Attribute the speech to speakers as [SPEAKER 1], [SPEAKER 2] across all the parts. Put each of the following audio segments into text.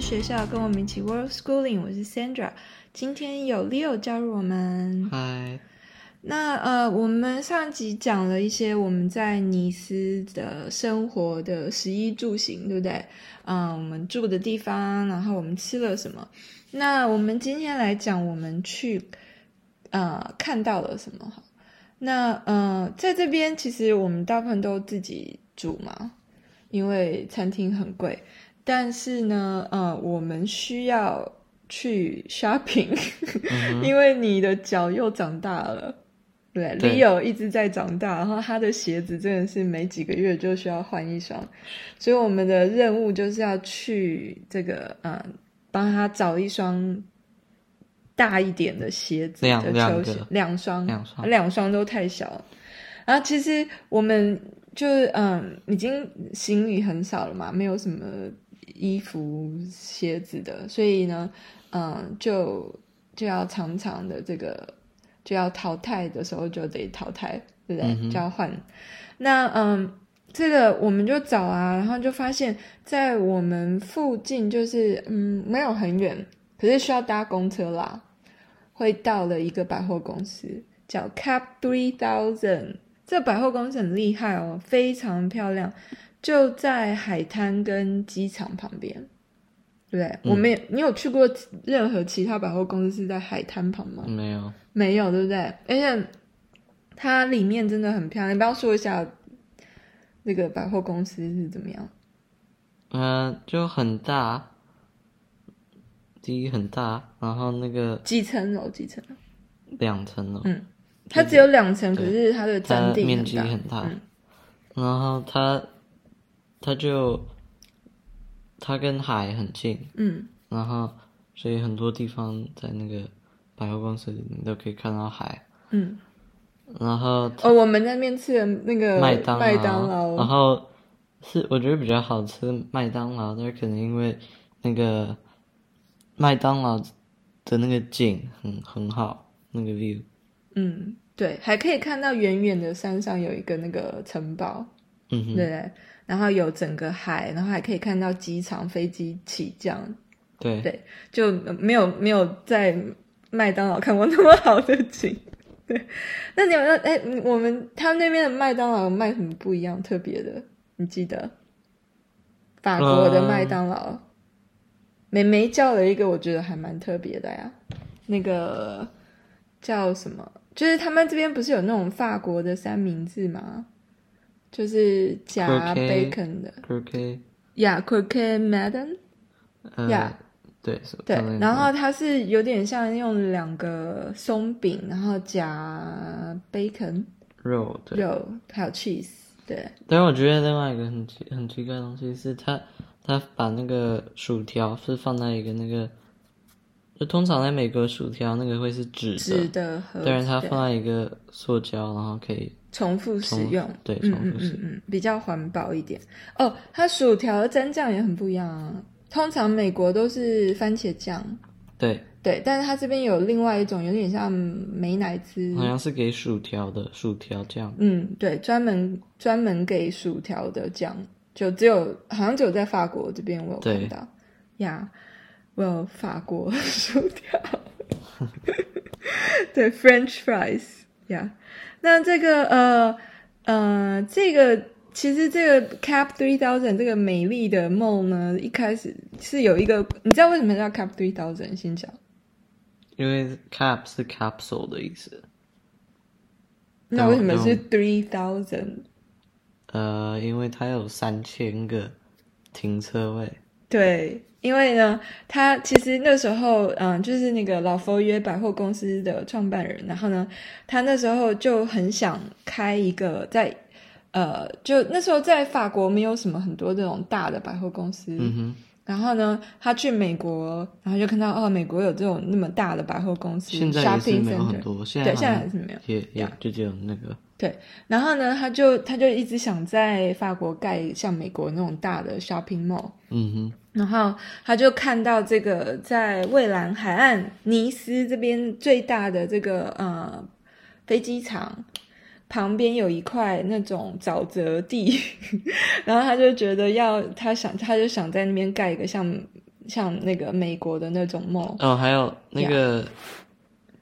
[SPEAKER 1] 学校，跟我们一起 World Schooling。我是 Sandra，今天有 Leo 加入我们。
[SPEAKER 2] 嗨，
[SPEAKER 1] 那呃，我们上集讲了一些我们在尼斯的生活的食衣住行，对不对？嗯、我们住的地方，然后我们吃了什么。那我们今天来讲我们去呃看到了什么好。那呃，在这边其实我们大部分都自己煮嘛，因为餐厅很贵。但是呢，呃，我们需要去 shopping，因 为你的脚又长大了。对
[SPEAKER 2] 对
[SPEAKER 1] ，Leo 一直在长大，然后他的鞋子真的是每几个月就需要换一双，所以我们的任务就是要去这个呃，帮他找一双大一点的鞋子
[SPEAKER 2] 两
[SPEAKER 1] 的
[SPEAKER 2] 两
[SPEAKER 1] 球
[SPEAKER 2] 个
[SPEAKER 1] 鞋，两双，
[SPEAKER 2] 两双
[SPEAKER 1] 两双都太小了。然后其实我们就是嗯，已经行李很少了嘛，没有什么衣服、鞋子的，所以呢，嗯，就就要常常的这个就要淘汰的时候就得淘汰，对不对？
[SPEAKER 2] 嗯哼
[SPEAKER 1] 就要换。那嗯，这个我们就找啊，然后就发现，在我们附近就是嗯没有很远，可是需要搭公车啦，会到了一个百货公司，叫 Cap Three Thousand。这百货公司很厉害哦，非常漂亮，就在海滩跟机场旁边。对不对，
[SPEAKER 2] 嗯
[SPEAKER 1] 我没有，你有去过任何其他百货公司是在海滩旁吗？
[SPEAKER 2] 没有，
[SPEAKER 1] 没有，对不对？而且它里面真的很漂亮。你不要说一下那个百货公司是怎么样？
[SPEAKER 2] 嗯、就很大，第一很大，然后那个
[SPEAKER 1] 几层楼？几层？
[SPEAKER 2] 两层哦楼，
[SPEAKER 1] 它只有两层，可
[SPEAKER 2] 对
[SPEAKER 1] 是它的
[SPEAKER 2] 它
[SPEAKER 1] 占地
[SPEAKER 2] 面积
[SPEAKER 1] 很嗯
[SPEAKER 2] 很大，然后它它就它跟海很近，
[SPEAKER 1] 嗯，
[SPEAKER 2] 然后所以很多地方在那个百货公司里你都可以看到海，
[SPEAKER 1] 嗯。
[SPEAKER 2] 然后
[SPEAKER 1] 哦，我们在面吃的那个
[SPEAKER 2] 麦当
[SPEAKER 1] 呃
[SPEAKER 2] 劳，啊
[SPEAKER 1] 麦当
[SPEAKER 2] 然
[SPEAKER 1] 劳，
[SPEAKER 2] 后是我觉得比较好吃麦当劳，但是可能因为那个麦当劳的那个景很很好，那个 view，
[SPEAKER 1] 嗯，对，还可以看到远远的山上有一个那个城堡，对
[SPEAKER 2] 嗯哼，
[SPEAKER 1] 不对，然后有整个海，然后还可以看到机场飞机起降，
[SPEAKER 2] 对，
[SPEAKER 1] 对就没有没有在麦当劳看过那么好的景。对，那你们那哎，你我们他们那边的麦当劳有卖什么不一样特别的？你记得？法国的麦当劳，美眉叫了一个我觉得还蛮特别的呀，那个叫什么？就是他们这边不是有那种法国的三明治吗？就是加
[SPEAKER 2] Croquet
[SPEAKER 1] bacon 的
[SPEAKER 2] c r o q u
[SPEAKER 1] ，Yeah, croquet madam。
[SPEAKER 2] 呃
[SPEAKER 1] Yeah
[SPEAKER 2] 对，是
[SPEAKER 1] 对
[SPEAKER 2] 上面，
[SPEAKER 1] 然后它是有点像用两个松饼，然后夹 bacon
[SPEAKER 2] 肉对，
[SPEAKER 1] 肉还有 cheese，对，
[SPEAKER 2] 但是我觉得另外一个很奇很奇怪的东西是它，它把那个薯条是放在一个那个，就通常在美国薯条那个会是纸
[SPEAKER 1] 纸
[SPEAKER 2] 的，
[SPEAKER 1] 的和
[SPEAKER 2] 但是它
[SPEAKER 1] 对
[SPEAKER 2] 放在一个塑胶，然后可以
[SPEAKER 1] 重复使
[SPEAKER 2] 重
[SPEAKER 1] 用，
[SPEAKER 2] 对
[SPEAKER 1] 嗯
[SPEAKER 2] 重
[SPEAKER 1] 嗯
[SPEAKER 2] 复使
[SPEAKER 1] 嗯嗯，比较环保一点。哦，它薯条的蘸酱也很不一样啊，通常美国都是番茄酱，
[SPEAKER 2] 对，
[SPEAKER 1] 对，但是它这边有另外一种，有点像美乃滋
[SPEAKER 2] 好像是给薯条的薯条酱，
[SPEAKER 1] 嗯，对，专门专门给薯条的酱，就只有好像只有在法国这边我有看
[SPEAKER 2] 对
[SPEAKER 1] 到呀，我有法国 薯条，对，French fries 呀。那这个呃呃，这个其实这个 Cap Three Thousand 这个美丽的梦呢，一开始是有一个，你知道为什么叫 Cap Three Thousand？先讲
[SPEAKER 2] 因为 cap 是 capsule 的意思，
[SPEAKER 1] 那
[SPEAKER 2] 懂
[SPEAKER 1] 为什么是
[SPEAKER 2] 懂
[SPEAKER 1] Three Thousand？
[SPEAKER 2] 呃，因为它有三千个停车位，
[SPEAKER 1] 对，因为呢，他其实那时候，嗯，就是那个老佛爷百货公司的创办人，然后呢，他那时候就很想开一个在，呃，就那时候在法国没有什么很多这种大的百货公司，
[SPEAKER 2] 嗯哼，
[SPEAKER 1] 然后呢，他去美国，然后就看到哦，美国有这种那么大的百货公司
[SPEAKER 2] 现在也是
[SPEAKER 1] ，shopping
[SPEAKER 2] 没有
[SPEAKER 1] center，
[SPEAKER 2] 很多，现在
[SPEAKER 1] 对，
[SPEAKER 2] 好
[SPEAKER 1] 现在
[SPEAKER 2] 像
[SPEAKER 1] 还是没有。
[SPEAKER 2] 也也就只有那个，
[SPEAKER 1] 然后呢，他就他就一直想在法国盖像美国那种大的 shopping mall。
[SPEAKER 2] 嗯
[SPEAKER 1] 然后他就看到这个在蔚蓝海岸尼斯这边最大的这个呃飞机场旁边有一块那种沼 泽地，然后他就觉得要他想他就想在那边盖一个像像那个美国的那种梦。
[SPEAKER 2] 哦，还有那个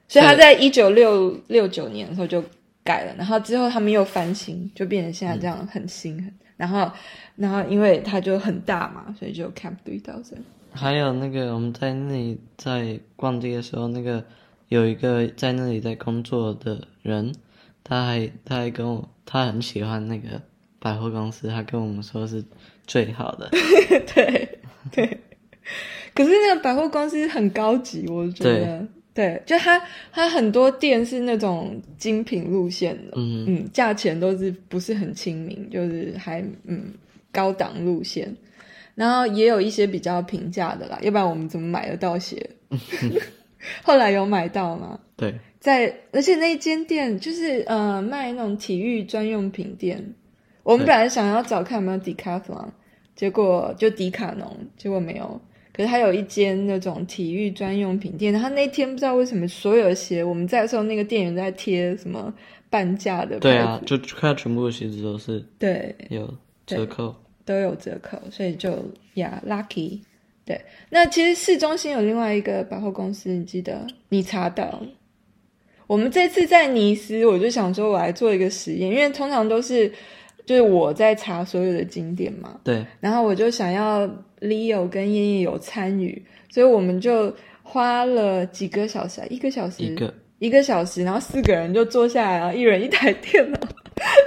[SPEAKER 1] 所以他在一九六六九年的时候就改了，然后之后他们又翻新，就变成现在这样很新。很然后，然后因为它就很大嘛，所以就 Camp Three Thousand。
[SPEAKER 2] 还有那个我们在那里在逛街的时候，那个有一个在那里在工作的人，他还他还跟我，他很喜欢那个百货公司，他跟我们说是最好的。
[SPEAKER 1] 对对，可是那个百货公司很高级，我觉得。对，就它它很多店是那种精品路线的，
[SPEAKER 2] 嗯
[SPEAKER 1] 嗯，价钱都是不是很亲民，就是还嗯高档路线，然后也有一些比较平价的啦，要不然我们怎么买得到鞋？ 后来有买到吗？
[SPEAKER 2] 对，
[SPEAKER 1] 在，而且那一间店就是呃卖那种体育专用品店，我们本来想要找看有没有迪卡 l o n 结果就迪卡侬，结果没有。可是还有一间那种体育专用品店，然后那天不知道为什么所有的鞋，我们在的时候那个店员在贴什么半价的
[SPEAKER 2] 对
[SPEAKER 1] 牌
[SPEAKER 2] 啊
[SPEAKER 1] 子，，
[SPEAKER 2] 就快全部的鞋子都是
[SPEAKER 1] 对，
[SPEAKER 2] 有折扣。
[SPEAKER 1] 都有折扣，所以就呀、lucky。对，那其实市中心有另外一个百货公司，你记得你查到。我们这次在尼斯，我就想说我来做一个实验，因为通常都是就是我在查所有的景点嘛，
[SPEAKER 2] 对，
[SPEAKER 1] 然后我就想要 Leo 跟燕燕有参与，所以我们就花了几个小时啊，一个小时，
[SPEAKER 2] 一个
[SPEAKER 1] 一个小时，然后四个人就坐下来，然后一人一台电脑，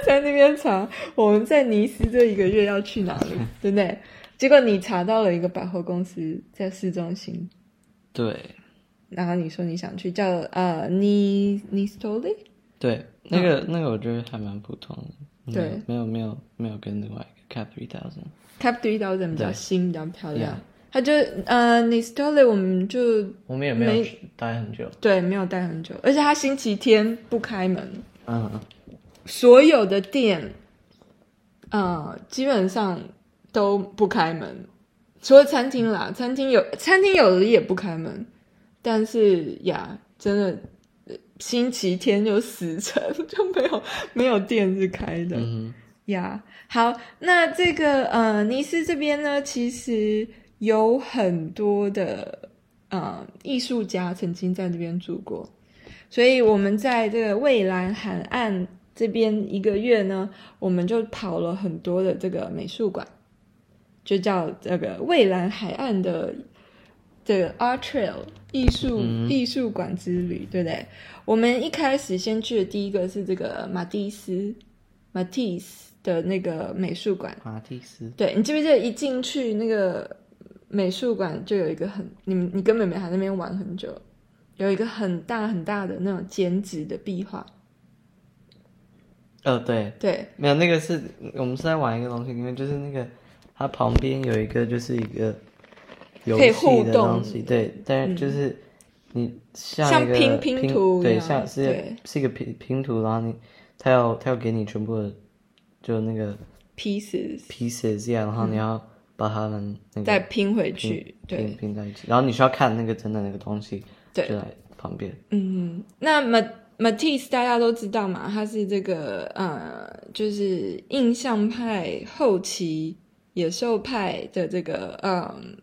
[SPEAKER 1] 在那边查我们在尼斯这一个月要去哪里，对不对？结果你查到了一个百货公司在市中心，
[SPEAKER 2] 对
[SPEAKER 1] 然后你说你想去叫呃尼尼斯托利，
[SPEAKER 2] 对，那个、那个我觉得还蛮普通的。
[SPEAKER 1] 嗯对
[SPEAKER 2] 没有，没有没有没有跟另外一个 Cap Three Thousand。
[SPEAKER 1] Cap Three Thousand 比较新，比较漂亮
[SPEAKER 2] Yeah。
[SPEAKER 1] 他就呃尼斯托利，我们就
[SPEAKER 2] 我们也
[SPEAKER 1] 没有
[SPEAKER 2] 待很久。
[SPEAKER 1] 对没有待很久，而且他星期天不开门，
[SPEAKER 2] 嗯，嗯
[SPEAKER 1] 所有的店，呃，基本上都不开门，除了餐厅啦，餐厅有餐厅有的也不开门，但是呀，真的呃星期天就死城，就没有 没有店是开的。
[SPEAKER 2] 嗯
[SPEAKER 1] 呀好，那这个呃，尼斯这边呢，其实有很多的呃艺术家曾经在这边住过，所以我们在这个蔚蓝海岸这边一个月呢，我们就跑了很多的这个美术馆，就叫这个蔚蓝海岸的这个 Art Trail 艺术、
[SPEAKER 2] 嗯
[SPEAKER 1] 艺术馆之旅，对不对？我们一开始先去的第一个是这个马蒂斯 Matisse 的那个美术馆。
[SPEAKER 2] 马蒂斯。
[SPEAKER 1] 对你记不记得一进去那个美术馆就有一个很你们你跟妹妹还在那边玩很久，有一个很大很大的那种剪纸的壁画。
[SPEAKER 2] 呃，对，
[SPEAKER 1] 对
[SPEAKER 2] 没有，那个是我们是在玩一个东西，因为就是那个它旁边有一个就是一个游
[SPEAKER 1] 可以
[SPEAKER 2] 戏
[SPEAKER 1] 互
[SPEAKER 2] 的
[SPEAKER 1] 动
[SPEAKER 2] 东西，对，但是就是你像
[SPEAKER 1] 像
[SPEAKER 2] 一个
[SPEAKER 1] 拼拼图一
[SPEAKER 2] 对，
[SPEAKER 1] 样
[SPEAKER 2] 像是
[SPEAKER 1] 对
[SPEAKER 2] 是一个拼拼图，然后你它要它要给你全部的就那个
[SPEAKER 1] ，pieces
[SPEAKER 2] pieces 一样，然后你要把它们那个
[SPEAKER 1] 再拼回
[SPEAKER 2] 拼
[SPEAKER 1] 去。对，
[SPEAKER 2] 拼拼在一起，然后你需要看那个真的那个东西，
[SPEAKER 1] 对
[SPEAKER 2] 就在旁边，
[SPEAKER 1] 嗯，那 Mat Matisse 大家都知道嘛，他是这个呃，就是印象派后期野兽派的这个嗯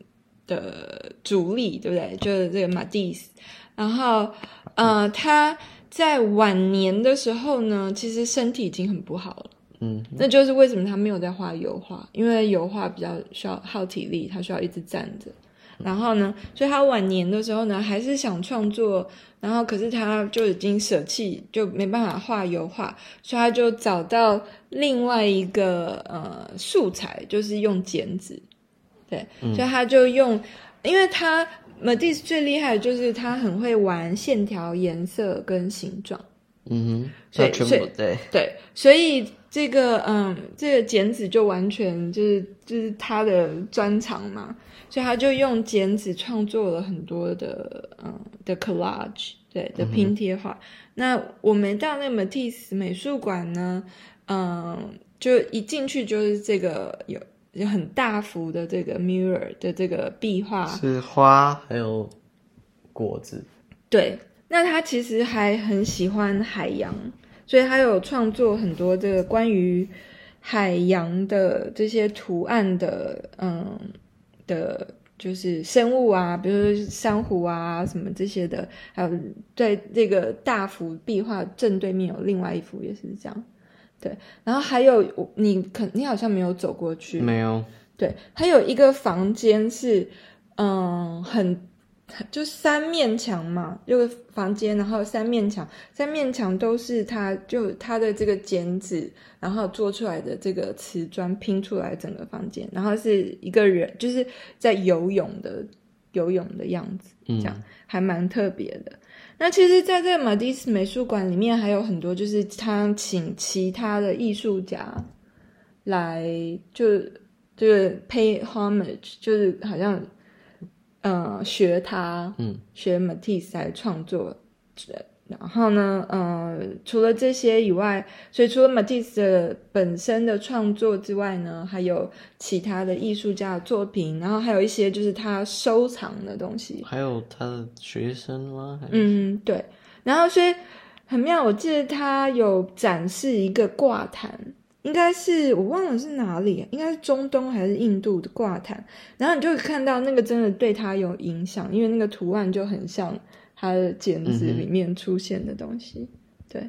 [SPEAKER 1] 的主力，对不对？就是这个 Matisse。然后呃，他在晚年的时候呢，其实身体已经很不好了。
[SPEAKER 2] 嗯，
[SPEAKER 1] 那就是为什么他没有在画油画，因为油画比较需要耗体力，他需要一直站着。然后呢，所以他晚年的时候呢，还是想创作，然后可是他就已经舍弃，就没办法画油画，所以他就找到另外一个呃素材，就是用剪纸。对，所以他就用，因为他 Matisse 最厉害的就是他很会玩线条、颜色跟形状。
[SPEAKER 2] 嗯哼，
[SPEAKER 1] 所以
[SPEAKER 2] 要全
[SPEAKER 1] 所
[SPEAKER 2] 部
[SPEAKER 1] 以
[SPEAKER 2] 对，
[SPEAKER 1] 对，所以这个嗯，这个剪纸就完全就是就是他的专长嘛，所以他就用剪纸创作了很多的嗯的 collage，对的拼贴画。那我们到那个 Matisse 美术馆呢，嗯，就一进去就是这个有有很大幅的这个 mirror 的这个壁画，
[SPEAKER 2] 是花还有果子，
[SPEAKER 1] 对，那他其实还很喜欢海洋，所以他有创作很多这个关于海洋的这些图案的，嗯的就是生物啊，比如说珊瑚啊什么这些的，还有对这个大幅壁画正对面有另外一幅也是这样，对，然后还有我你肯你好像没有走过去，
[SPEAKER 2] 没有，
[SPEAKER 1] 对，还有一个房间是，嗯，很就三面墙嘛，有个房间，然后三面墙，三面墙都是它就它的这个剪纸，然后做出来的这个瓷砖拼出来整个房间，然后是一个人就是在游泳的游泳的样子，这样、
[SPEAKER 2] 嗯
[SPEAKER 1] 还蛮特别的。那其实，在这个马蒂斯美术馆里面，还有很多就是他请其他的艺术家来就就是 pay homage，就是好像呃学他，
[SPEAKER 2] 嗯，
[SPEAKER 1] 学 Matisse 来创作。然后呢，呃，除了这些以外，所以除了 Matisse 的本身的创作之外呢，还有其他的艺术家的作品，然后还有一些就是他收藏的东西。
[SPEAKER 2] 还有他的学生吗？还是，
[SPEAKER 1] 嗯，对。然后所以很妙，我记得他有展示一个挂毯，应该是我忘了是哪里，应该是中东还是印度的挂毯。然后你就会看到那个真的对他有影响，因为那个图案就很像他的剪纸
[SPEAKER 2] 嗯哼
[SPEAKER 1] 里面出现的东西。对，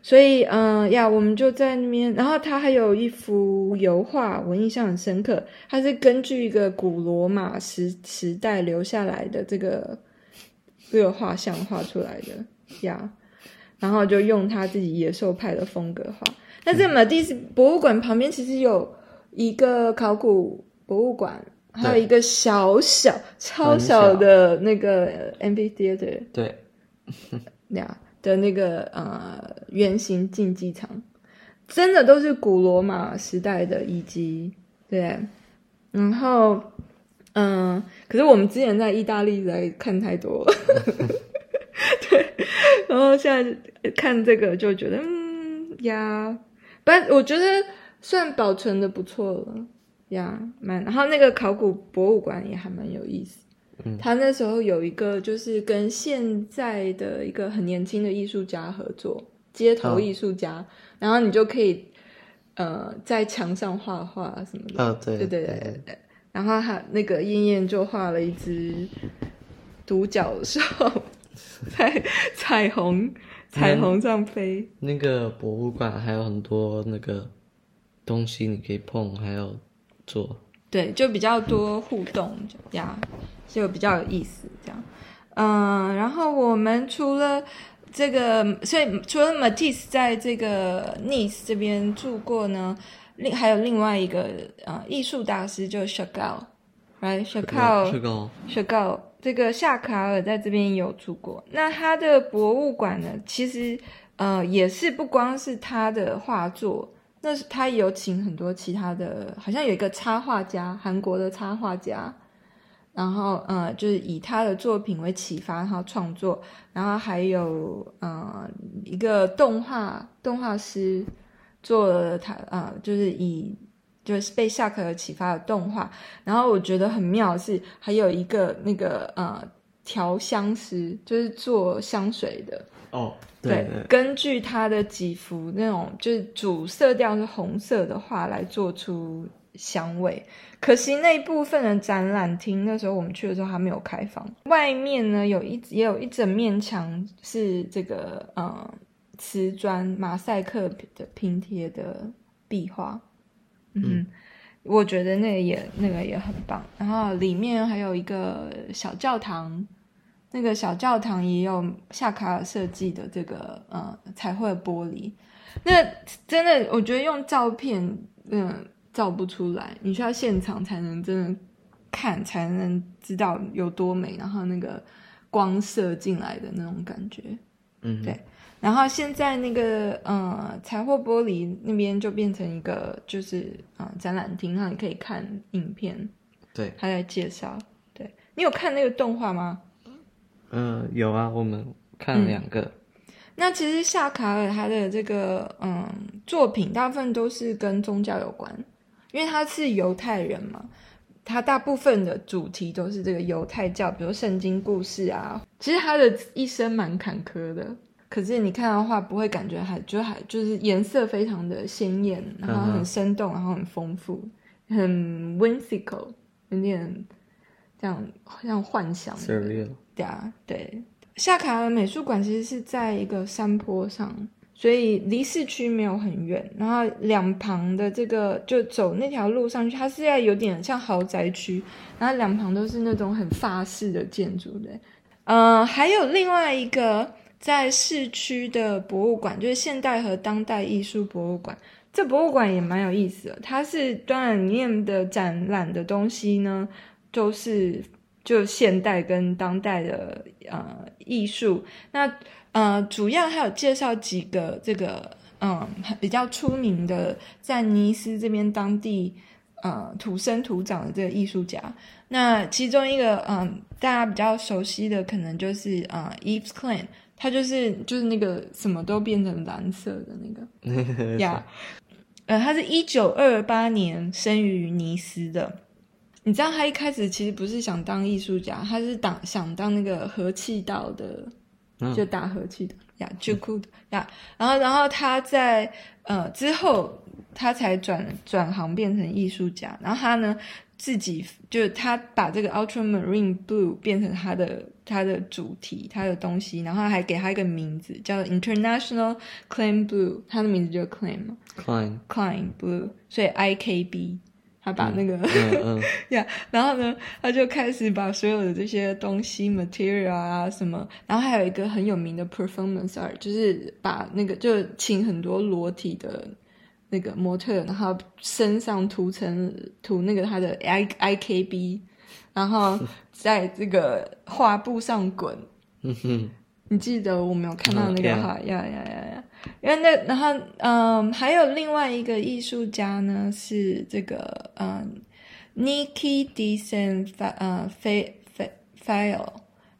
[SPEAKER 1] 所以嗯、呃呀，我们就在那边。然后他还有一幅油画，我印象很深刻，它是根据一个古罗马时时代留下来的这个这个画像画出来的呀。然后就用他自己野兽派的风格画。那这马蒂斯博物馆旁边其实有一个考古博物馆，还有
[SPEAKER 2] 对
[SPEAKER 1] 一个小小超
[SPEAKER 2] 很
[SPEAKER 1] 小
[SPEAKER 2] 小
[SPEAKER 1] 的那个 MV Theater
[SPEAKER 2] 对，
[SPEAKER 1] 呀的那个呃圆形竞技场，真的都是古罗马时代的遗迹，对。然后，嗯、可是我们之前在意大利来看太多了，对。然后现在看这个就觉得，嗯呀，但我觉得算保存的不错了呀，蛮。然后那个考古博物馆也还蛮有意思。
[SPEAKER 2] 嗯
[SPEAKER 1] 他那时候有一个就是跟现在的一个很年轻的艺术家合作，街头
[SPEAKER 2] 哦
[SPEAKER 1] 艺术家，然后你就可以呃在墙上画画什么的。
[SPEAKER 2] 啊，对，
[SPEAKER 1] 对对对，对。然后他那个燕燕就画了一只独角兽在彩虹彩虹上飞。
[SPEAKER 2] 那个博物馆还有很多那个东西你可以碰，还有做，
[SPEAKER 1] 对，就比较多互动呀，就比较有意思这样。嗯，然后我们除了这个，所以除了 Matisse 在这个 Nice 这边住过呢，另还有另外一个呃艺术大师就是 Chagall，right？Chagall
[SPEAKER 2] 这个
[SPEAKER 1] 雪糕，这个夏卡尔在这边也有住过。那他的博物馆呢，其实呃也是不光是他的画作，那是他有请很多其他的，好像有一个插画家，韩国的插画家，然后呃就是以他的作品为启发，然后创作，然后还有呃一个动画动画师做了他呃就是以就是被夏可尔启发的动画，然后我觉得很妙的是，还有一个那个呃调香师，就是做香水的，
[SPEAKER 2] 哦，对对，
[SPEAKER 1] 根据他的几幅那种就是主色调是红色的画来做出香味。可惜那一部分的展览厅那时候我们去的时候还没有开放，外面呢有一也有一整面墙是这个呃瓷砖马赛克的拼贴的壁画，嗯哼。我觉得那个也那个也很棒，然后里面还有一个小教堂，那个小教堂也有夏卡尔设计的这个呃彩绘玻璃，那真的我觉得用照片嗯、照不出来，你需要现场才能真的看才能知道有多美，然后那个光射进来的那种感觉。
[SPEAKER 2] 嗯，
[SPEAKER 1] 对然后现在那个呃财货玻璃那边就变成一个就是呃展览厅，然后你可以看影片，
[SPEAKER 2] 对，
[SPEAKER 1] 他在介绍。对你有看那个动画吗？
[SPEAKER 2] 嗯、有啊，我们看了两个，
[SPEAKER 1] 那其实夏卡尔他的这个嗯作品，大部分都是跟宗教有关，因为他是犹太人嘛，他大部分的主题都是这个犹太教，比如圣经故事啊。其实他的一生蛮坎坷的，可是你看的话不会感觉还就还就是颜色非常的鲜艳，然后
[SPEAKER 2] 嗯
[SPEAKER 1] 很
[SPEAKER 2] 哼
[SPEAKER 1] 生动，然后很丰富，很 whimsical，有点这样这样幻想的
[SPEAKER 2] surreal。
[SPEAKER 1] 对啊，对。夏卡尔美术馆其实是在一个山坡上，所以离市区没有很远。然后两旁的这个就走那条路上去，它是在有点像豪宅区，然后两旁都是那种很法式的建筑的。呃，还有另外一个在市区的博物馆，就是现代和当代艺术博物馆。这博物馆也蛮有意思的，它是当然里面的展览的东西呢，都是就现代跟当代的呃艺术。那呃，主要还有介绍几个这个嗯比较出名的，在尼斯这边当地呃土生土长的这个艺术家。那其中一个嗯、大家比较熟悉的可能就是呃 Eves Klein，他就是就是那个什么都变成蓝色的那个。
[SPEAKER 2] 那个
[SPEAKER 1] 呀，呃，他是一九二八年生于尼斯的。你知道他一开始其实不是想当艺术家，他是当想当那个和气道的，
[SPEAKER 2] 嗯
[SPEAKER 1] 就打和气的呀，就哭的呀。然后，然后他在呃之后，他才转转行变成艺术家。然后他呢自己就是他把这个 Ultramarine Blue 变成他的他的主题，他的东西。然后还给他一个名字叫 International Claim Blue，他的名字就是 Claim 嘛。
[SPEAKER 2] Klein，
[SPEAKER 1] Klein Blue，所以 IKB，他把那个、
[SPEAKER 2] 嗯嗯，
[SPEAKER 1] 呀，然后呢，他就开始把所有的这些东西 material 啊什么，然后还有一个很有名的 performance art，就是把那个就请很多裸体的那个模特，然后身上涂成涂那个他的 I I K B，然后在这个画布上滚，
[SPEAKER 2] 嗯哼，
[SPEAKER 1] 你记得我没有看到
[SPEAKER 2] 嗯
[SPEAKER 1] 那个
[SPEAKER 2] ，yeah
[SPEAKER 1] 画，呀呀呀呀！因为那然后嗯，还有另外一个艺术家呢是这个嗯，Niki d e s e n 呃 Fa Fa File，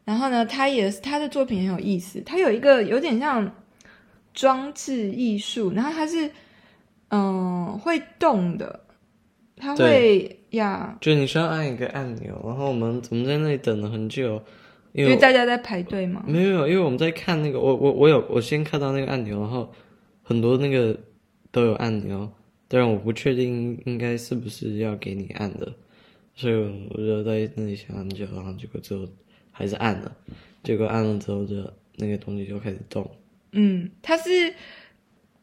[SPEAKER 1] 然后呢，他也是他的作品很有意思，他有一个有点像装置艺术，然后它是嗯会动的，它会呀，
[SPEAKER 2] 就你需要按一个按钮，然后我们我们在那里等了很久，因
[SPEAKER 1] 因
[SPEAKER 2] 为
[SPEAKER 1] 为
[SPEAKER 2] 我
[SPEAKER 1] 大家在排队嘛，
[SPEAKER 2] 没有没有，因为我们在看那个，我我我有我先看到那个按钮，然后很多那个都有按钮，当然我不确定应该是不是要给你按的，所以我就在那里想很久，然后结果最后还是按了，结果按了之后就那个东西就开始动，
[SPEAKER 1] 嗯，它是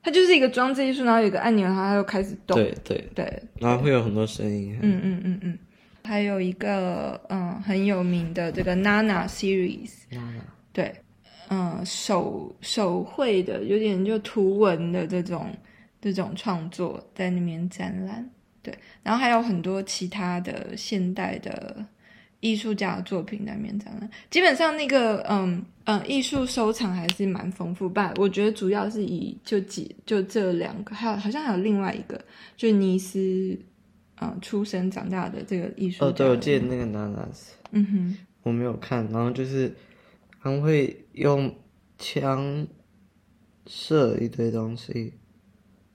[SPEAKER 1] 它就是一个装置艺术，然后有一个按钮，然后它就开始动。
[SPEAKER 2] 对对，
[SPEAKER 1] 对，
[SPEAKER 2] 然后会有很多声音，
[SPEAKER 1] 嗯嗯嗯嗯，还有一个嗯很有名的这个 Nana series，对，嗯手手绘的，有点就图文的这种这种创作在那边展览，对，然后还有很多其他的现代的艺术家的作品在那边展览。基本上那个嗯嗯艺术收藏还是蛮丰富吧，我觉得主要是以就几就这两个，还有好像还有另外一个，就尼斯。嗯，出生长大的这个艺术
[SPEAKER 2] 哦，
[SPEAKER 1] 家
[SPEAKER 2] 对，我记得那个 Nanas，
[SPEAKER 1] 嗯哼，
[SPEAKER 2] 我没有看，然后就是他们会用枪射一堆东西。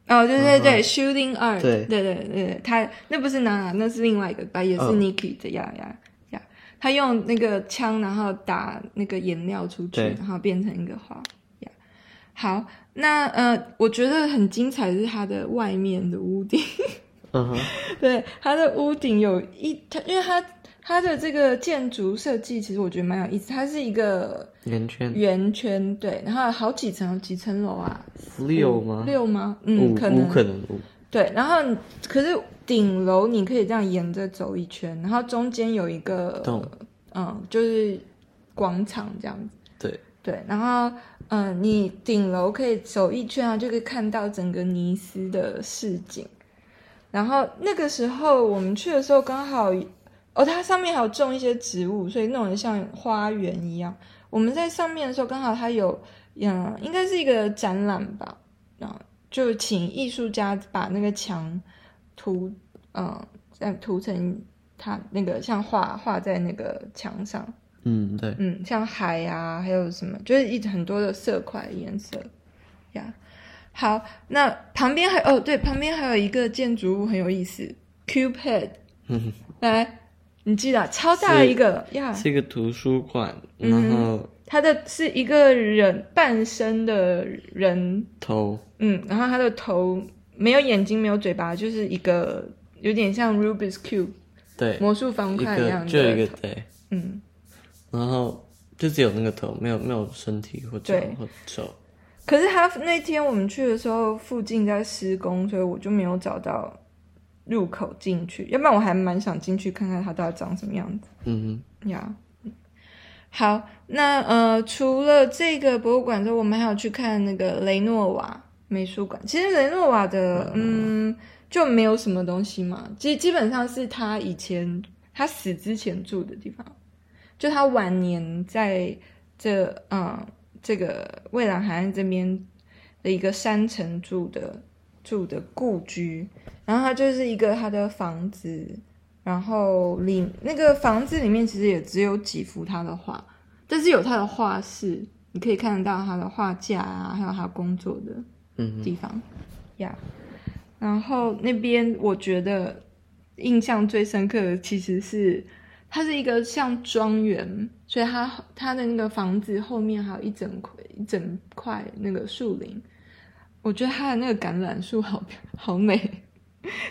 [SPEAKER 1] 哦，对对
[SPEAKER 2] 然
[SPEAKER 1] 对，Shooting Art，
[SPEAKER 2] 嗯对
[SPEAKER 1] 对对对，他那不是娜娜，那是另外一个吧，也是
[SPEAKER 2] 嗯
[SPEAKER 1] Niki 的呀呀呀，他用那个枪，然后打那个颜料出去，
[SPEAKER 2] 对
[SPEAKER 1] 然后变成一个花呀。好，那呃，我觉得很精彩的是它的外面的屋顶，
[SPEAKER 2] 嗯哼，
[SPEAKER 1] 对，它的屋顶有一，它因为它它的这个建筑设计，其实我觉得蛮有意思，它是一个
[SPEAKER 2] 圆圈
[SPEAKER 1] 圆圈，对，然后有好几层，有几层楼啊？
[SPEAKER 2] 六
[SPEAKER 1] 五
[SPEAKER 2] 吗？
[SPEAKER 1] 六吗？
[SPEAKER 2] 五
[SPEAKER 1] 嗯，可能
[SPEAKER 2] 五可能五。
[SPEAKER 1] 对，然后你可是顶楼你可以这样沿着走一圈，然后中间有一个
[SPEAKER 2] 懂
[SPEAKER 1] 嗯，就是广场这样子。
[SPEAKER 2] 对
[SPEAKER 1] 对，然后嗯，你顶楼可以走一圈啊，就可以看到整个尼斯的市景。然后那个时候我们去的时候刚好，哦，它上面还有种一些植物，所以弄得像花园一样。我们在上面的时候刚好它有，嗯，应该是一个展览吧，然后就请艺术家把那个墙涂，嗯，再涂成它那个像画画在那个墙上。
[SPEAKER 2] 嗯对，
[SPEAKER 1] 嗯，像海啊，还有什么，就是一很多的色块颜色呀。好，那旁边还哦，对，旁边还有一个建筑物很有意思，Cube Head。
[SPEAKER 2] 嗯，
[SPEAKER 1] 来，你记得啊超大的一个呀，
[SPEAKER 2] 是一个图书馆，
[SPEAKER 1] 嗯
[SPEAKER 2] 然后
[SPEAKER 1] 它的是一个人半身的人，
[SPEAKER 2] 头
[SPEAKER 1] 嗯，然后他的头没有眼睛，没有嘴巴，就是一个有点像 Rubik's Cube
[SPEAKER 2] 对，
[SPEAKER 1] 魔术方
[SPEAKER 2] 一
[SPEAKER 1] 块样
[SPEAKER 2] 个就有
[SPEAKER 1] 的
[SPEAKER 2] 一个
[SPEAKER 1] 头，
[SPEAKER 2] 对，
[SPEAKER 1] 嗯，
[SPEAKER 2] 然后就只有那个头，没有没有身体或脚
[SPEAKER 1] 对
[SPEAKER 2] 或手。
[SPEAKER 1] 可是他那天我们去的时候，附近在施工，所以我就没有找到入口进去。要不然我还蛮想进去看看它到底长什么样子
[SPEAKER 2] 嗯
[SPEAKER 1] 呀。嗯好，那呃，除了这个博物馆之后，我们还有去看那个雷诺瓦美术馆。其实雷诺瓦的嗯就没有什么东西嘛，基基本上是他以前他死之前住的地方，就他晚年在这嗯这个蔚蓝海岸这边的一个山城住的住的故居，然后它就是一个他的房子，然后里那个房子里面其实也只有几幅他的画，但是有他的画室，你可以看得到他的画架啊，还有他工作的
[SPEAKER 2] 嗯
[SPEAKER 1] 地方呀。然后那边我觉得印象最深刻的其实是它是一个像庄园，所以它它的那个房子后面还有一整块一整块那个树林，我觉得它的那个橄榄树好好美。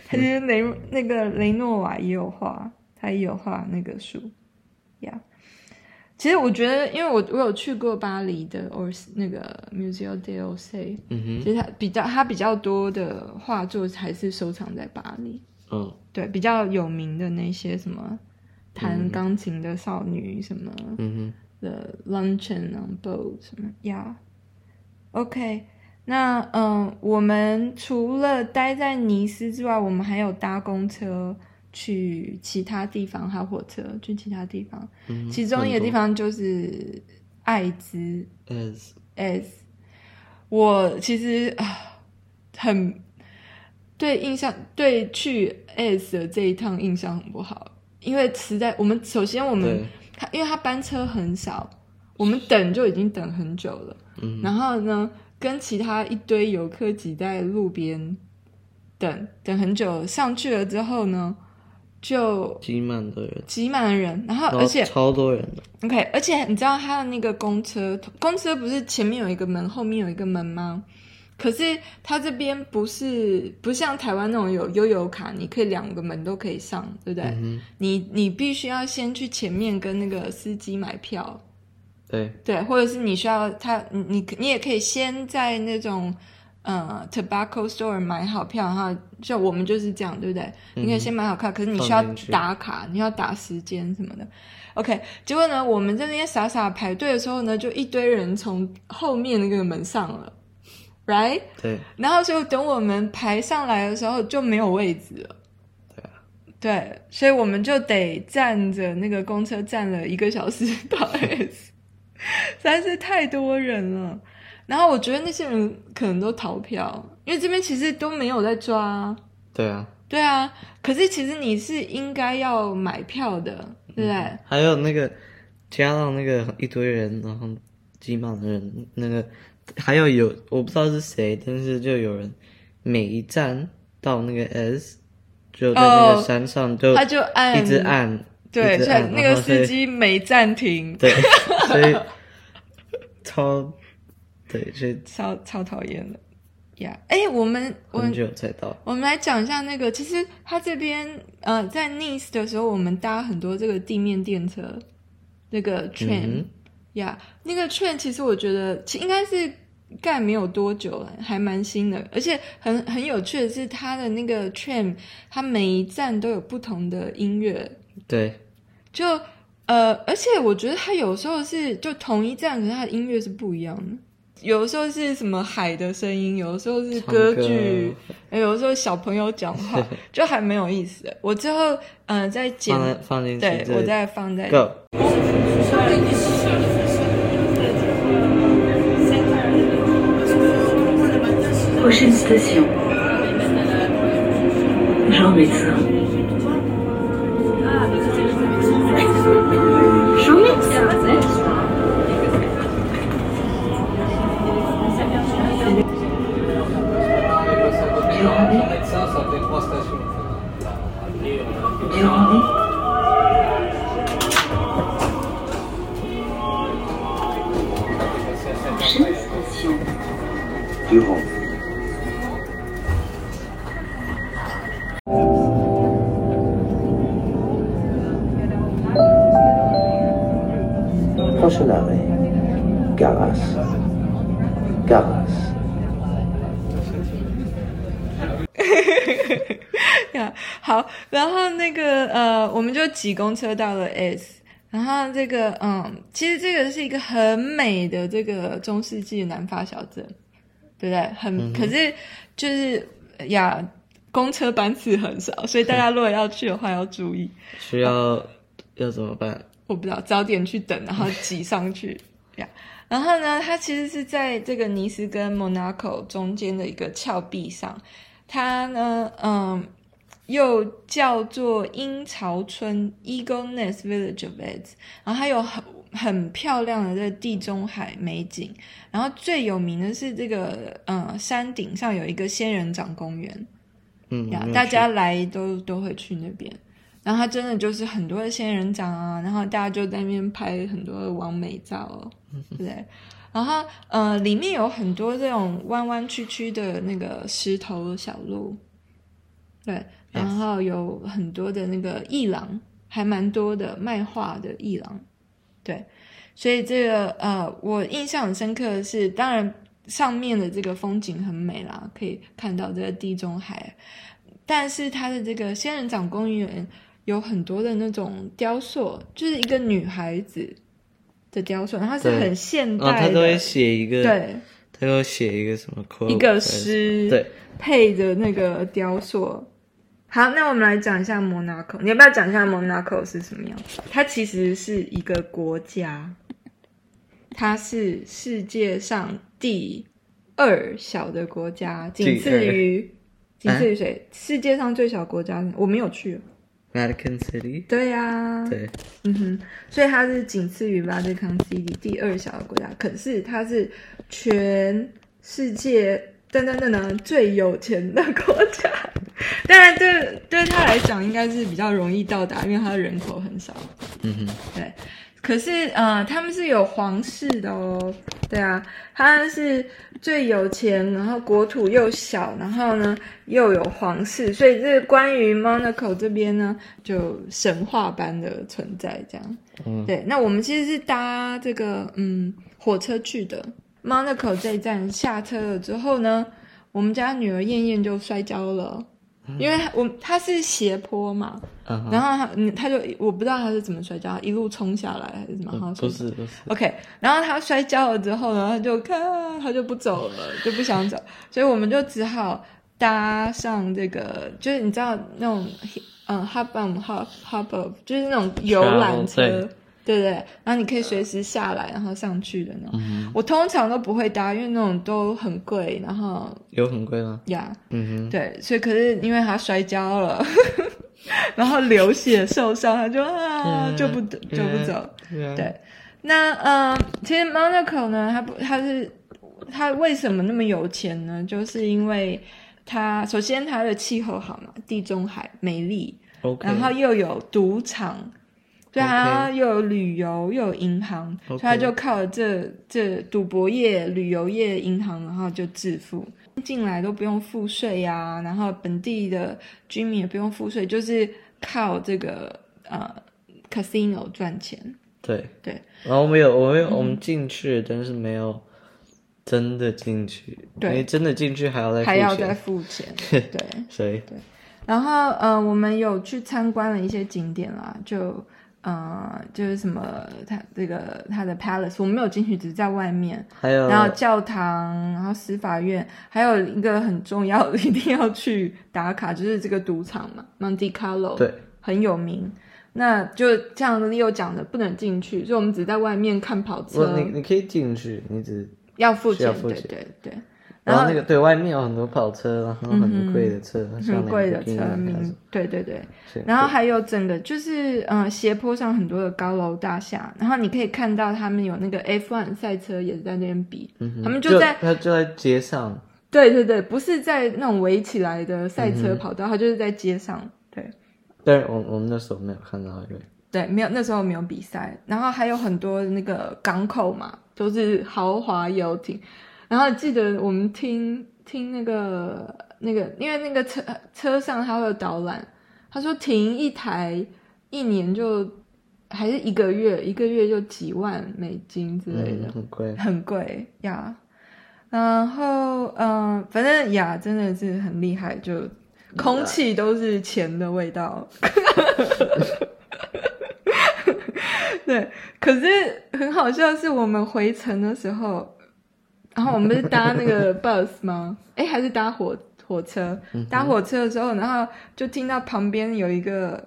[SPEAKER 1] 它就是雷那个雷诺瓦也有画，他也有画那个树呀。其实我觉得，因为我我有去过巴黎的 or 那个 Museo d e o s e
[SPEAKER 2] 嗯
[SPEAKER 1] 其实它比较它比较多的画作还是收藏在巴黎。
[SPEAKER 2] 哼，嗯
[SPEAKER 1] 对比较有名的那些什么弹钢琴的少女、什么
[SPEAKER 2] 嗯
[SPEAKER 1] 的 luncheon on boat 什么呀、yeah.，OK，那嗯，我们除了待在尼斯之外，我们还有搭公车去其他地方，还有火车去其他地方。
[SPEAKER 2] 哼，嗯哼
[SPEAKER 1] 其中一个地，方就是艾滋
[SPEAKER 2] 嗯 as
[SPEAKER 1] as 我其实啊很对印象对去 as 的这一趟印象很不好，因为实在我们首先我们
[SPEAKER 2] 对，
[SPEAKER 1] 它因为它班车很少，我们等就已经等很久了，
[SPEAKER 2] 嗯
[SPEAKER 1] 然后呢跟其他一堆游客挤在路边等等很久，上去了之后呢就
[SPEAKER 2] 挤满的人，
[SPEAKER 1] 挤满了人，然后
[SPEAKER 2] 然后
[SPEAKER 1] 哦而且
[SPEAKER 2] 超多人的，
[SPEAKER 1] OK，而且你知道他的那个公车，公车不是前面有一个门，后面有一个门吗？可是他这边不是不像台湾那种有悠游卡，你可以两个门都可以上，对不对？
[SPEAKER 2] 嗯哼，
[SPEAKER 1] 你你必须要先去前面跟那个司机买票，
[SPEAKER 2] 对，
[SPEAKER 1] 对，或者是你需要他，你你你也可以先在那种呃 tobacco store 买好票，然后就我们就是这样，对不对？你可以先买好票，可是你需要
[SPEAKER 2] 嗯放进去
[SPEAKER 1] 打卡，你要打时间什么的。OK，结果呢，我们这边傻傻排队的时候呢，就一堆人从后面那个门上了，right？
[SPEAKER 2] 对，
[SPEAKER 1] 然后就等我们排上来的时候就没有位置了。
[SPEAKER 2] 对啊
[SPEAKER 1] 对，所以我们就得站着那个公车站了一个小时到 S，实 在是太多人了。然后我觉得那些人可能都逃票，因为这边其实都没有在抓啊。
[SPEAKER 2] 对啊，
[SPEAKER 1] 对啊，可是其实你是应该要买票的，对不对？
[SPEAKER 2] 还有那个加上那个一堆人，然后挤满的人，那个还有有我不知道是谁，但是就有人每一站到那个 S，就在那个
[SPEAKER 1] 哦
[SPEAKER 2] 山上就
[SPEAKER 1] 他就按
[SPEAKER 2] 嗯一直按，
[SPEAKER 1] 对，
[SPEAKER 2] 一直
[SPEAKER 1] 所以
[SPEAKER 2] 按
[SPEAKER 1] 那
[SPEAKER 2] 然
[SPEAKER 1] 个
[SPEAKER 2] 后
[SPEAKER 1] 司
[SPEAKER 2] 所以
[SPEAKER 1] 机没暂停，
[SPEAKER 2] 对，所以超对，所以
[SPEAKER 1] 超超讨厌的呀！哎、我们我
[SPEAKER 2] 很久才到，
[SPEAKER 1] 我们来讲一下那个，其实它这边呃，在 Nice 的时候，我们搭很多这个地面电车，那个 train
[SPEAKER 2] 嗯
[SPEAKER 1] 呀、那个 train 其实我觉得其应该是盖没有多久了，还蛮新的，而且很很有趣的是，它的那个 train，它每一站都有不同的音乐，
[SPEAKER 2] 对，
[SPEAKER 1] 就呃，而且我觉得它有时候是就同一站，可是它的音乐是不一样的。有的时候是什么海的声音，有的时候是
[SPEAKER 2] 唱
[SPEAKER 1] 歌
[SPEAKER 2] 歌
[SPEAKER 1] 剧，哎有的时候小朋友讲 话，就还蛮有意思的。我之后嗯、呃再剪
[SPEAKER 2] 放，在放进去，
[SPEAKER 1] 对我再放在
[SPEAKER 2] Go，
[SPEAKER 3] Prochaine station. Jean Médecin. Jean Médecin. Du rendez,
[SPEAKER 4] médecin, ça fait trois stations.
[SPEAKER 3] du rendez. Prochaine station.
[SPEAKER 5] Durand.
[SPEAKER 3] Durand.
[SPEAKER 1] 好，然后那个呃，我们就挤公车到了 S。然后这个，嗯，其实这个是一个很美的这个中世纪南法小镇，对不对？很，
[SPEAKER 2] 嗯
[SPEAKER 1] 可是就是呀，公车班次很少，所以大家如果要去的话要注意。
[SPEAKER 2] 需要要怎么办？
[SPEAKER 1] 我不知道，早点去等，然后挤上去呀。然后呢，它其实是在这个尼斯跟 Monaco 中间的一个峭壁上，它呢，嗯，又叫做鹰巢村 （Eagle Nest Village of Eds），然后它有很很漂亮的这个地中海美景，然后最有名的是这个，嗯，山顶上有一个仙人掌公园，
[SPEAKER 2] 嗯，
[SPEAKER 1] 呀
[SPEAKER 2] 没有，去
[SPEAKER 1] 大家来都都会去那边。然后它真的就是很多的仙人掌啊，然后大家就在那边拍很多的完美照 哦，对不对？然后呃，里面有很多这种弯弯曲曲的那个石头小路，对，然后有很多的那个艺廊，还蛮多的卖画的艺廊，对，所以这个呃，我印象很深刻的是，当然上面的这个风景很美啦，可以看到这个地中海，但是它的这个仙人掌公园有很多的那种雕塑，就是一个女孩子的雕塑，然后它是
[SPEAKER 2] 对
[SPEAKER 1] 很现
[SPEAKER 2] 然后
[SPEAKER 1] 代
[SPEAKER 2] 哦他都
[SPEAKER 1] 的，
[SPEAKER 2] 会写一个，
[SPEAKER 1] 对，
[SPEAKER 2] 他都会写一个什么 quote，
[SPEAKER 1] 一个诗，
[SPEAKER 2] 对，
[SPEAKER 1] 配着那个雕塑。好，那我们来讲一下 Monaco。你要不要讲一下 Monaco 是什么样子？它其实是一个国家，它是世界上第二小的国家，仅
[SPEAKER 2] 第二
[SPEAKER 1] 次于仅
[SPEAKER 2] 啊
[SPEAKER 1] 次于谁？世界上最小国家，我没有去。
[SPEAKER 2] Vatican City，
[SPEAKER 1] 对呀、
[SPEAKER 2] 对，
[SPEAKER 1] 嗯哼，所以它是仅次于瓦蒂康 City 第二小的国家，可是它是全世界噔噔噔噔最有钱的国家。当然对，对他来讲应该是比较容易到达，因为它人口很少。
[SPEAKER 2] 嗯哼，
[SPEAKER 1] 对，可是呃，他们是有皇室的哦，对啊，他是最有钱，然后国土又小，然后呢又有皇室，所以这个关于 Monaco 这边呢，就神话般的存在这样。
[SPEAKER 2] 嗯
[SPEAKER 1] 对，那我们其实是搭这个嗯火车去的，Monaco 这一站下车了之后呢，我们家女儿燕燕就摔跤了。因为她我她是斜坡嘛，
[SPEAKER 2] 嗯哼，
[SPEAKER 1] 然后他，嗯，他就我不知道他是怎么摔跤，一路冲下来还是怎么，好像
[SPEAKER 2] 嗯
[SPEAKER 1] 摔
[SPEAKER 2] 不是不是，
[SPEAKER 1] OK，然后他摔跤了之后呢，他就看他就不走了，就不想走，所以我们就只好搭上这个，就是你知道那种嗯 hop on hop hop up，就是那种游览车，
[SPEAKER 2] 对
[SPEAKER 1] 对不对？然后你可以随时下来，然后上去的那种。
[SPEAKER 2] 嗯
[SPEAKER 1] 我通常都不会搭，因为那种都很贵，然后
[SPEAKER 2] 有很贵吗？
[SPEAKER 1] 呀
[SPEAKER 2] 嗯
[SPEAKER 1] 对，所以可是因为他摔跤了， 然后流血受伤，他就啊
[SPEAKER 2] 嗯
[SPEAKER 1] 就不就不走。
[SPEAKER 2] 哼，对啊
[SPEAKER 1] 对，那呃，其实 Monaco 呢，它不它是它为什么那么有钱呢？就是因为它首先它的气候好嘛，地中海美丽，
[SPEAKER 2] ，OK，
[SPEAKER 1] 然后又有赌场，对啊，
[SPEAKER 2] OK
[SPEAKER 1] 又有旅游，又有银行，所以他
[SPEAKER 2] OK
[SPEAKER 1] 就靠了这这赌博业、旅游业、银行，然后就致富。进来都不用付税呀、然后本地的居民也不用付税，就是靠这个呃 casino 赚钱。
[SPEAKER 2] 对
[SPEAKER 1] 对，
[SPEAKER 2] 然后我们有
[SPEAKER 1] 嗯
[SPEAKER 2] 我们有我们进去，但是没有真的进去，
[SPEAKER 1] 对
[SPEAKER 2] 因为真的进去还要再
[SPEAKER 1] 还要
[SPEAKER 2] 付
[SPEAKER 1] 再
[SPEAKER 2] 钱，
[SPEAKER 1] 付 钱，对。
[SPEAKER 2] 所以
[SPEAKER 1] 然后呃，我们有去参观了一些景点啦，就呃就是什么它这个它的 palace，我们没有进去，只是在外面。
[SPEAKER 2] 还有
[SPEAKER 1] 然后教堂，然后司法院，还有一个很重要的一定要去打卡，就是这个赌场嘛，Monte Carlo，
[SPEAKER 2] 对，
[SPEAKER 1] 很有名。那就这样，Leo 讲的不能进去，所以我们只在外面看跑
[SPEAKER 2] 不，
[SPEAKER 1] 车
[SPEAKER 2] 你，你可以进去，你只
[SPEAKER 1] 要付
[SPEAKER 2] 需
[SPEAKER 1] 钱
[SPEAKER 2] 要，付
[SPEAKER 1] 对
[SPEAKER 2] 钱
[SPEAKER 1] 对对，
[SPEAKER 2] 然后那
[SPEAKER 1] 然嗯
[SPEAKER 2] 个对外面有很多跑车，然后很贵的车，像
[SPEAKER 1] 很贵的
[SPEAKER 2] Lamborghini
[SPEAKER 1] 车
[SPEAKER 2] 那
[SPEAKER 1] 名
[SPEAKER 2] 种，
[SPEAKER 1] 对对对。
[SPEAKER 2] 是很
[SPEAKER 1] 然后
[SPEAKER 2] 贵
[SPEAKER 1] 还有整个就是嗯、呃斜坡上很多的高楼大厦，然后你可以看到他们有那个 F1 赛车也是在那边比，他们就在
[SPEAKER 2] 他嗯就在街上，
[SPEAKER 1] 对对对，不是在那种围起来的赛车跑道，它就是在街上。对
[SPEAKER 2] 但是我我们那时候没有看到，因为
[SPEAKER 1] 对，没有那时候没有比赛，然后还有很多那个港口嘛，都是豪华游艇。然后记得我们听听那个那个，因为那个车车上它会有导览，他说停一台一年就还是一个月，一个月就几万美金之类的。
[SPEAKER 2] 嗯很贵，
[SPEAKER 1] 很贵呃呀。然后，嗯、反正呀，真的是很厉害，就空气都是钱的味道。 对，可是很好笑的是，我们回程的时候，然后我们不是搭那个 bus 吗？ 哎，还是搭火火车？
[SPEAKER 2] 嗯
[SPEAKER 1] 搭火车的时候，然后就听到旁边有一个，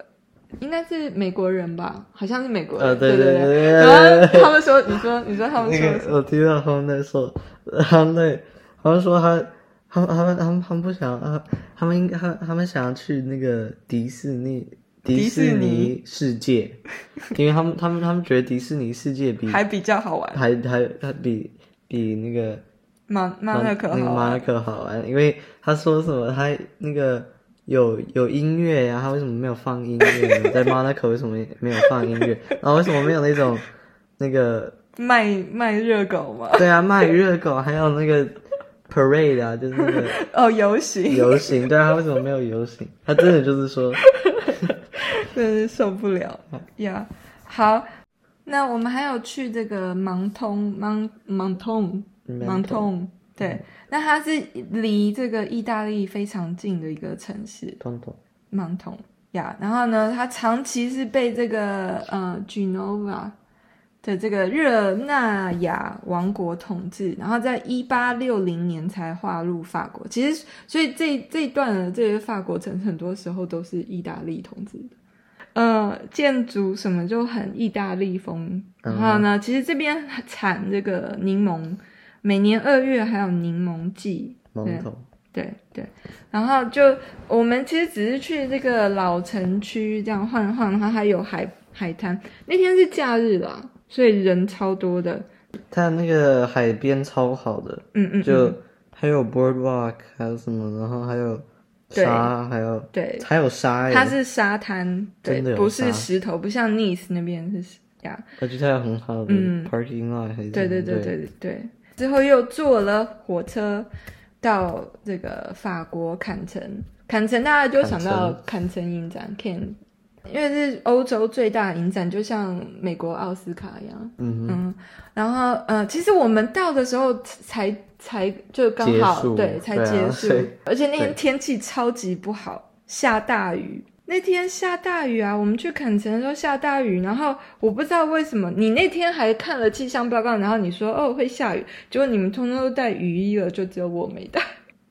[SPEAKER 1] 应该是美国人吧，好像是美国人，
[SPEAKER 2] 呃
[SPEAKER 1] 对
[SPEAKER 2] 对对对
[SPEAKER 1] 然后他们说，你说，你说他们
[SPEAKER 2] 那
[SPEAKER 1] 说什么？
[SPEAKER 2] 个我听到他们在说，他们在好像说他，他们他们他们他们不想啊，他们应该他们他们想要去那个迪士尼
[SPEAKER 1] 迪
[SPEAKER 2] 迪
[SPEAKER 1] 士尼
[SPEAKER 2] 士尼世界，因为他们他们他们觉得迪士尼世界比
[SPEAKER 1] 还
[SPEAKER 2] 还
[SPEAKER 1] 比较好玩，
[SPEAKER 2] 还还比比那个
[SPEAKER 1] 马马勒可
[SPEAKER 2] 那个
[SPEAKER 1] 好啊
[SPEAKER 2] 马
[SPEAKER 1] 玩
[SPEAKER 2] 勒。可好玩，因为他说什么他那个。有有音乐呀、他为什么没有放音乐呢？在马拉可为什么没有放音乐？然后为什么没有那种那个
[SPEAKER 1] 卖卖热狗吗？
[SPEAKER 2] 对啊，卖热狗，还有那个 parade 啊，就是那个
[SPEAKER 1] 哦，游行，
[SPEAKER 2] 游行。对啊，他为什么没有游行？他真的就是说，
[SPEAKER 1] 真是受不了呀好，那我们还有去这个盲通盲盲通
[SPEAKER 2] 盲
[SPEAKER 1] 盲通
[SPEAKER 2] 通，
[SPEAKER 1] 对，那它是离这个意大利非常近的一个城市，
[SPEAKER 2] 通通
[SPEAKER 1] 盲通呀。然后呢，它长期是被这个呃 Genova 的这个热那亚王国统治，然后在一八六零年才划入法国。其实，所以这这一段的这些法国城，很多时候都是意大利统治的。呃，建筑什么就很意大利风。然后呢，其实这边产这个柠檬，每年二月还有柠檬季。对
[SPEAKER 2] 盲通，
[SPEAKER 1] 对对，然后就我们其实只是去这个老城区这样晃一晃，然后还有海海滩。那天是假日啦，所以人超多的。
[SPEAKER 2] 他那个海边超好的，
[SPEAKER 1] 嗯嗯，嗯
[SPEAKER 2] 就还有 boardwalk，还有什么，然后还有
[SPEAKER 1] 对
[SPEAKER 2] 沙，还有
[SPEAKER 1] 对，
[SPEAKER 2] 还有沙耶，
[SPEAKER 1] 它是沙滩，对
[SPEAKER 2] 真的，有
[SPEAKER 1] 不是
[SPEAKER 2] 沙
[SPEAKER 1] 石头，不像 Nice 那边是石呀。
[SPEAKER 2] 而且它有很好的
[SPEAKER 1] 嗯
[SPEAKER 2] parking lot，还是
[SPEAKER 1] 对对
[SPEAKER 2] 对
[SPEAKER 1] 对对对对。之后又坐了火车到这个法国坎城，坎城大家就想到坎城影展 （Can），因为是欧洲最大的影展，就像美国奥斯卡一样。
[SPEAKER 2] 嗯哼，
[SPEAKER 1] 嗯，然后呃，其实我们到的时候才才就刚好
[SPEAKER 2] 结束
[SPEAKER 1] 对，才
[SPEAKER 2] 对啊
[SPEAKER 1] 结束
[SPEAKER 2] 所以，
[SPEAKER 1] 而且那天
[SPEAKER 2] 对
[SPEAKER 1] 天气超级不好，下大雨。那天下大雨啊，我们去坎城的时候下大雨，然后我不知道为什么你那天还看了气象报告，然后你说哦会下雨，结果你们通通都带雨衣了，就只有我没带。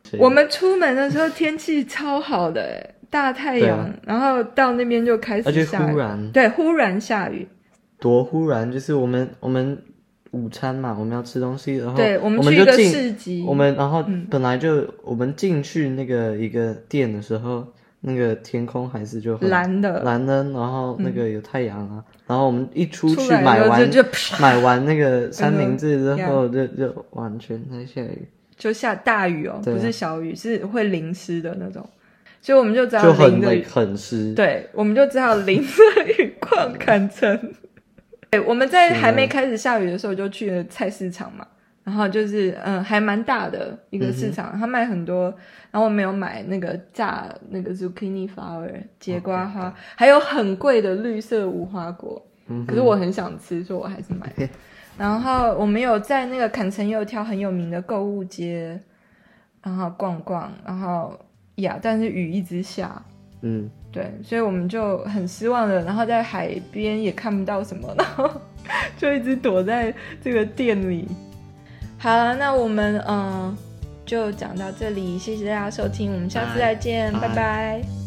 [SPEAKER 2] 所以
[SPEAKER 1] 我们出门的时候天气超好的、欸，大太
[SPEAKER 2] 对
[SPEAKER 1] 阳，
[SPEAKER 2] 啊
[SPEAKER 1] 然后到那边就开
[SPEAKER 2] 而且
[SPEAKER 1] 始下
[SPEAKER 2] 忽
[SPEAKER 1] 雨，
[SPEAKER 2] 然
[SPEAKER 1] 对，忽然下雨，
[SPEAKER 2] 多忽然，就是我们我们午餐嘛，我们要吃东西，然后
[SPEAKER 1] 对我
[SPEAKER 2] 我
[SPEAKER 1] 们去
[SPEAKER 2] 们
[SPEAKER 1] 一
[SPEAKER 2] 就
[SPEAKER 1] 个
[SPEAKER 2] 进
[SPEAKER 1] 市集，
[SPEAKER 2] 我们然后
[SPEAKER 1] 嗯
[SPEAKER 2] 本来就、我们进去那个一个店的时候，那个天空还是就很
[SPEAKER 1] 蓝的嗯
[SPEAKER 2] 蓝的，然后那个有太阳啊。然后我们一出
[SPEAKER 1] 出
[SPEAKER 2] 去
[SPEAKER 1] 来以
[SPEAKER 2] 买
[SPEAKER 1] 后
[SPEAKER 2] 完
[SPEAKER 1] 就就啪
[SPEAKER 2] 买完那个三明治
[SPEAKER 1] 嗯
[SPEAKER 2] 之 后，就就完全在下雨，
[SPEAKER 1] 就下大雨哦，
[SPEAKER 2] 对啊
[SPEAKER 1] 不是小雨，是会淋湿的那种，所以我们就只好
[SPEAKER 2] 就很
[SPEAKER 1] 淋着雨，
[SPEAKER 2] 很湿。，
[SPEAKER 1] 对，我们就只好淋着雨逛坎 城。对，我们在
[SPEAKER 2] 是
[SPEAKER 1] 还没开始下雨的时候就去了菜市场嘛，然后就是嗯，还蛮大的一个市
[SPEAKER 2] 嗯
[SPEAKER 1] 场，它卖很多，然后我们有买那个炸那个 zucchini flower 节瓜花还有很贵的绿色无花果，
[SPEAKER 2] 哦嗯哼嗯
[SPEAKER 1] 可是我很想吃，所以我还是买了。然后我们有在那个坎城有一条很有名的购物街，然后逛逛，然后呀，但是雨一直下，
[SPEAKER 2] 嗯，
[SPEAKER 1] 对，所以我们就很失望了。然后在海边也看不到什么，然后 就一直躲在这个店里。好了，那我们嗯、呃就讲到这里，谢谢大家收听，我们下次再见，
[SPEAKER 2] 拜
[SPEAKER 1] 拜拜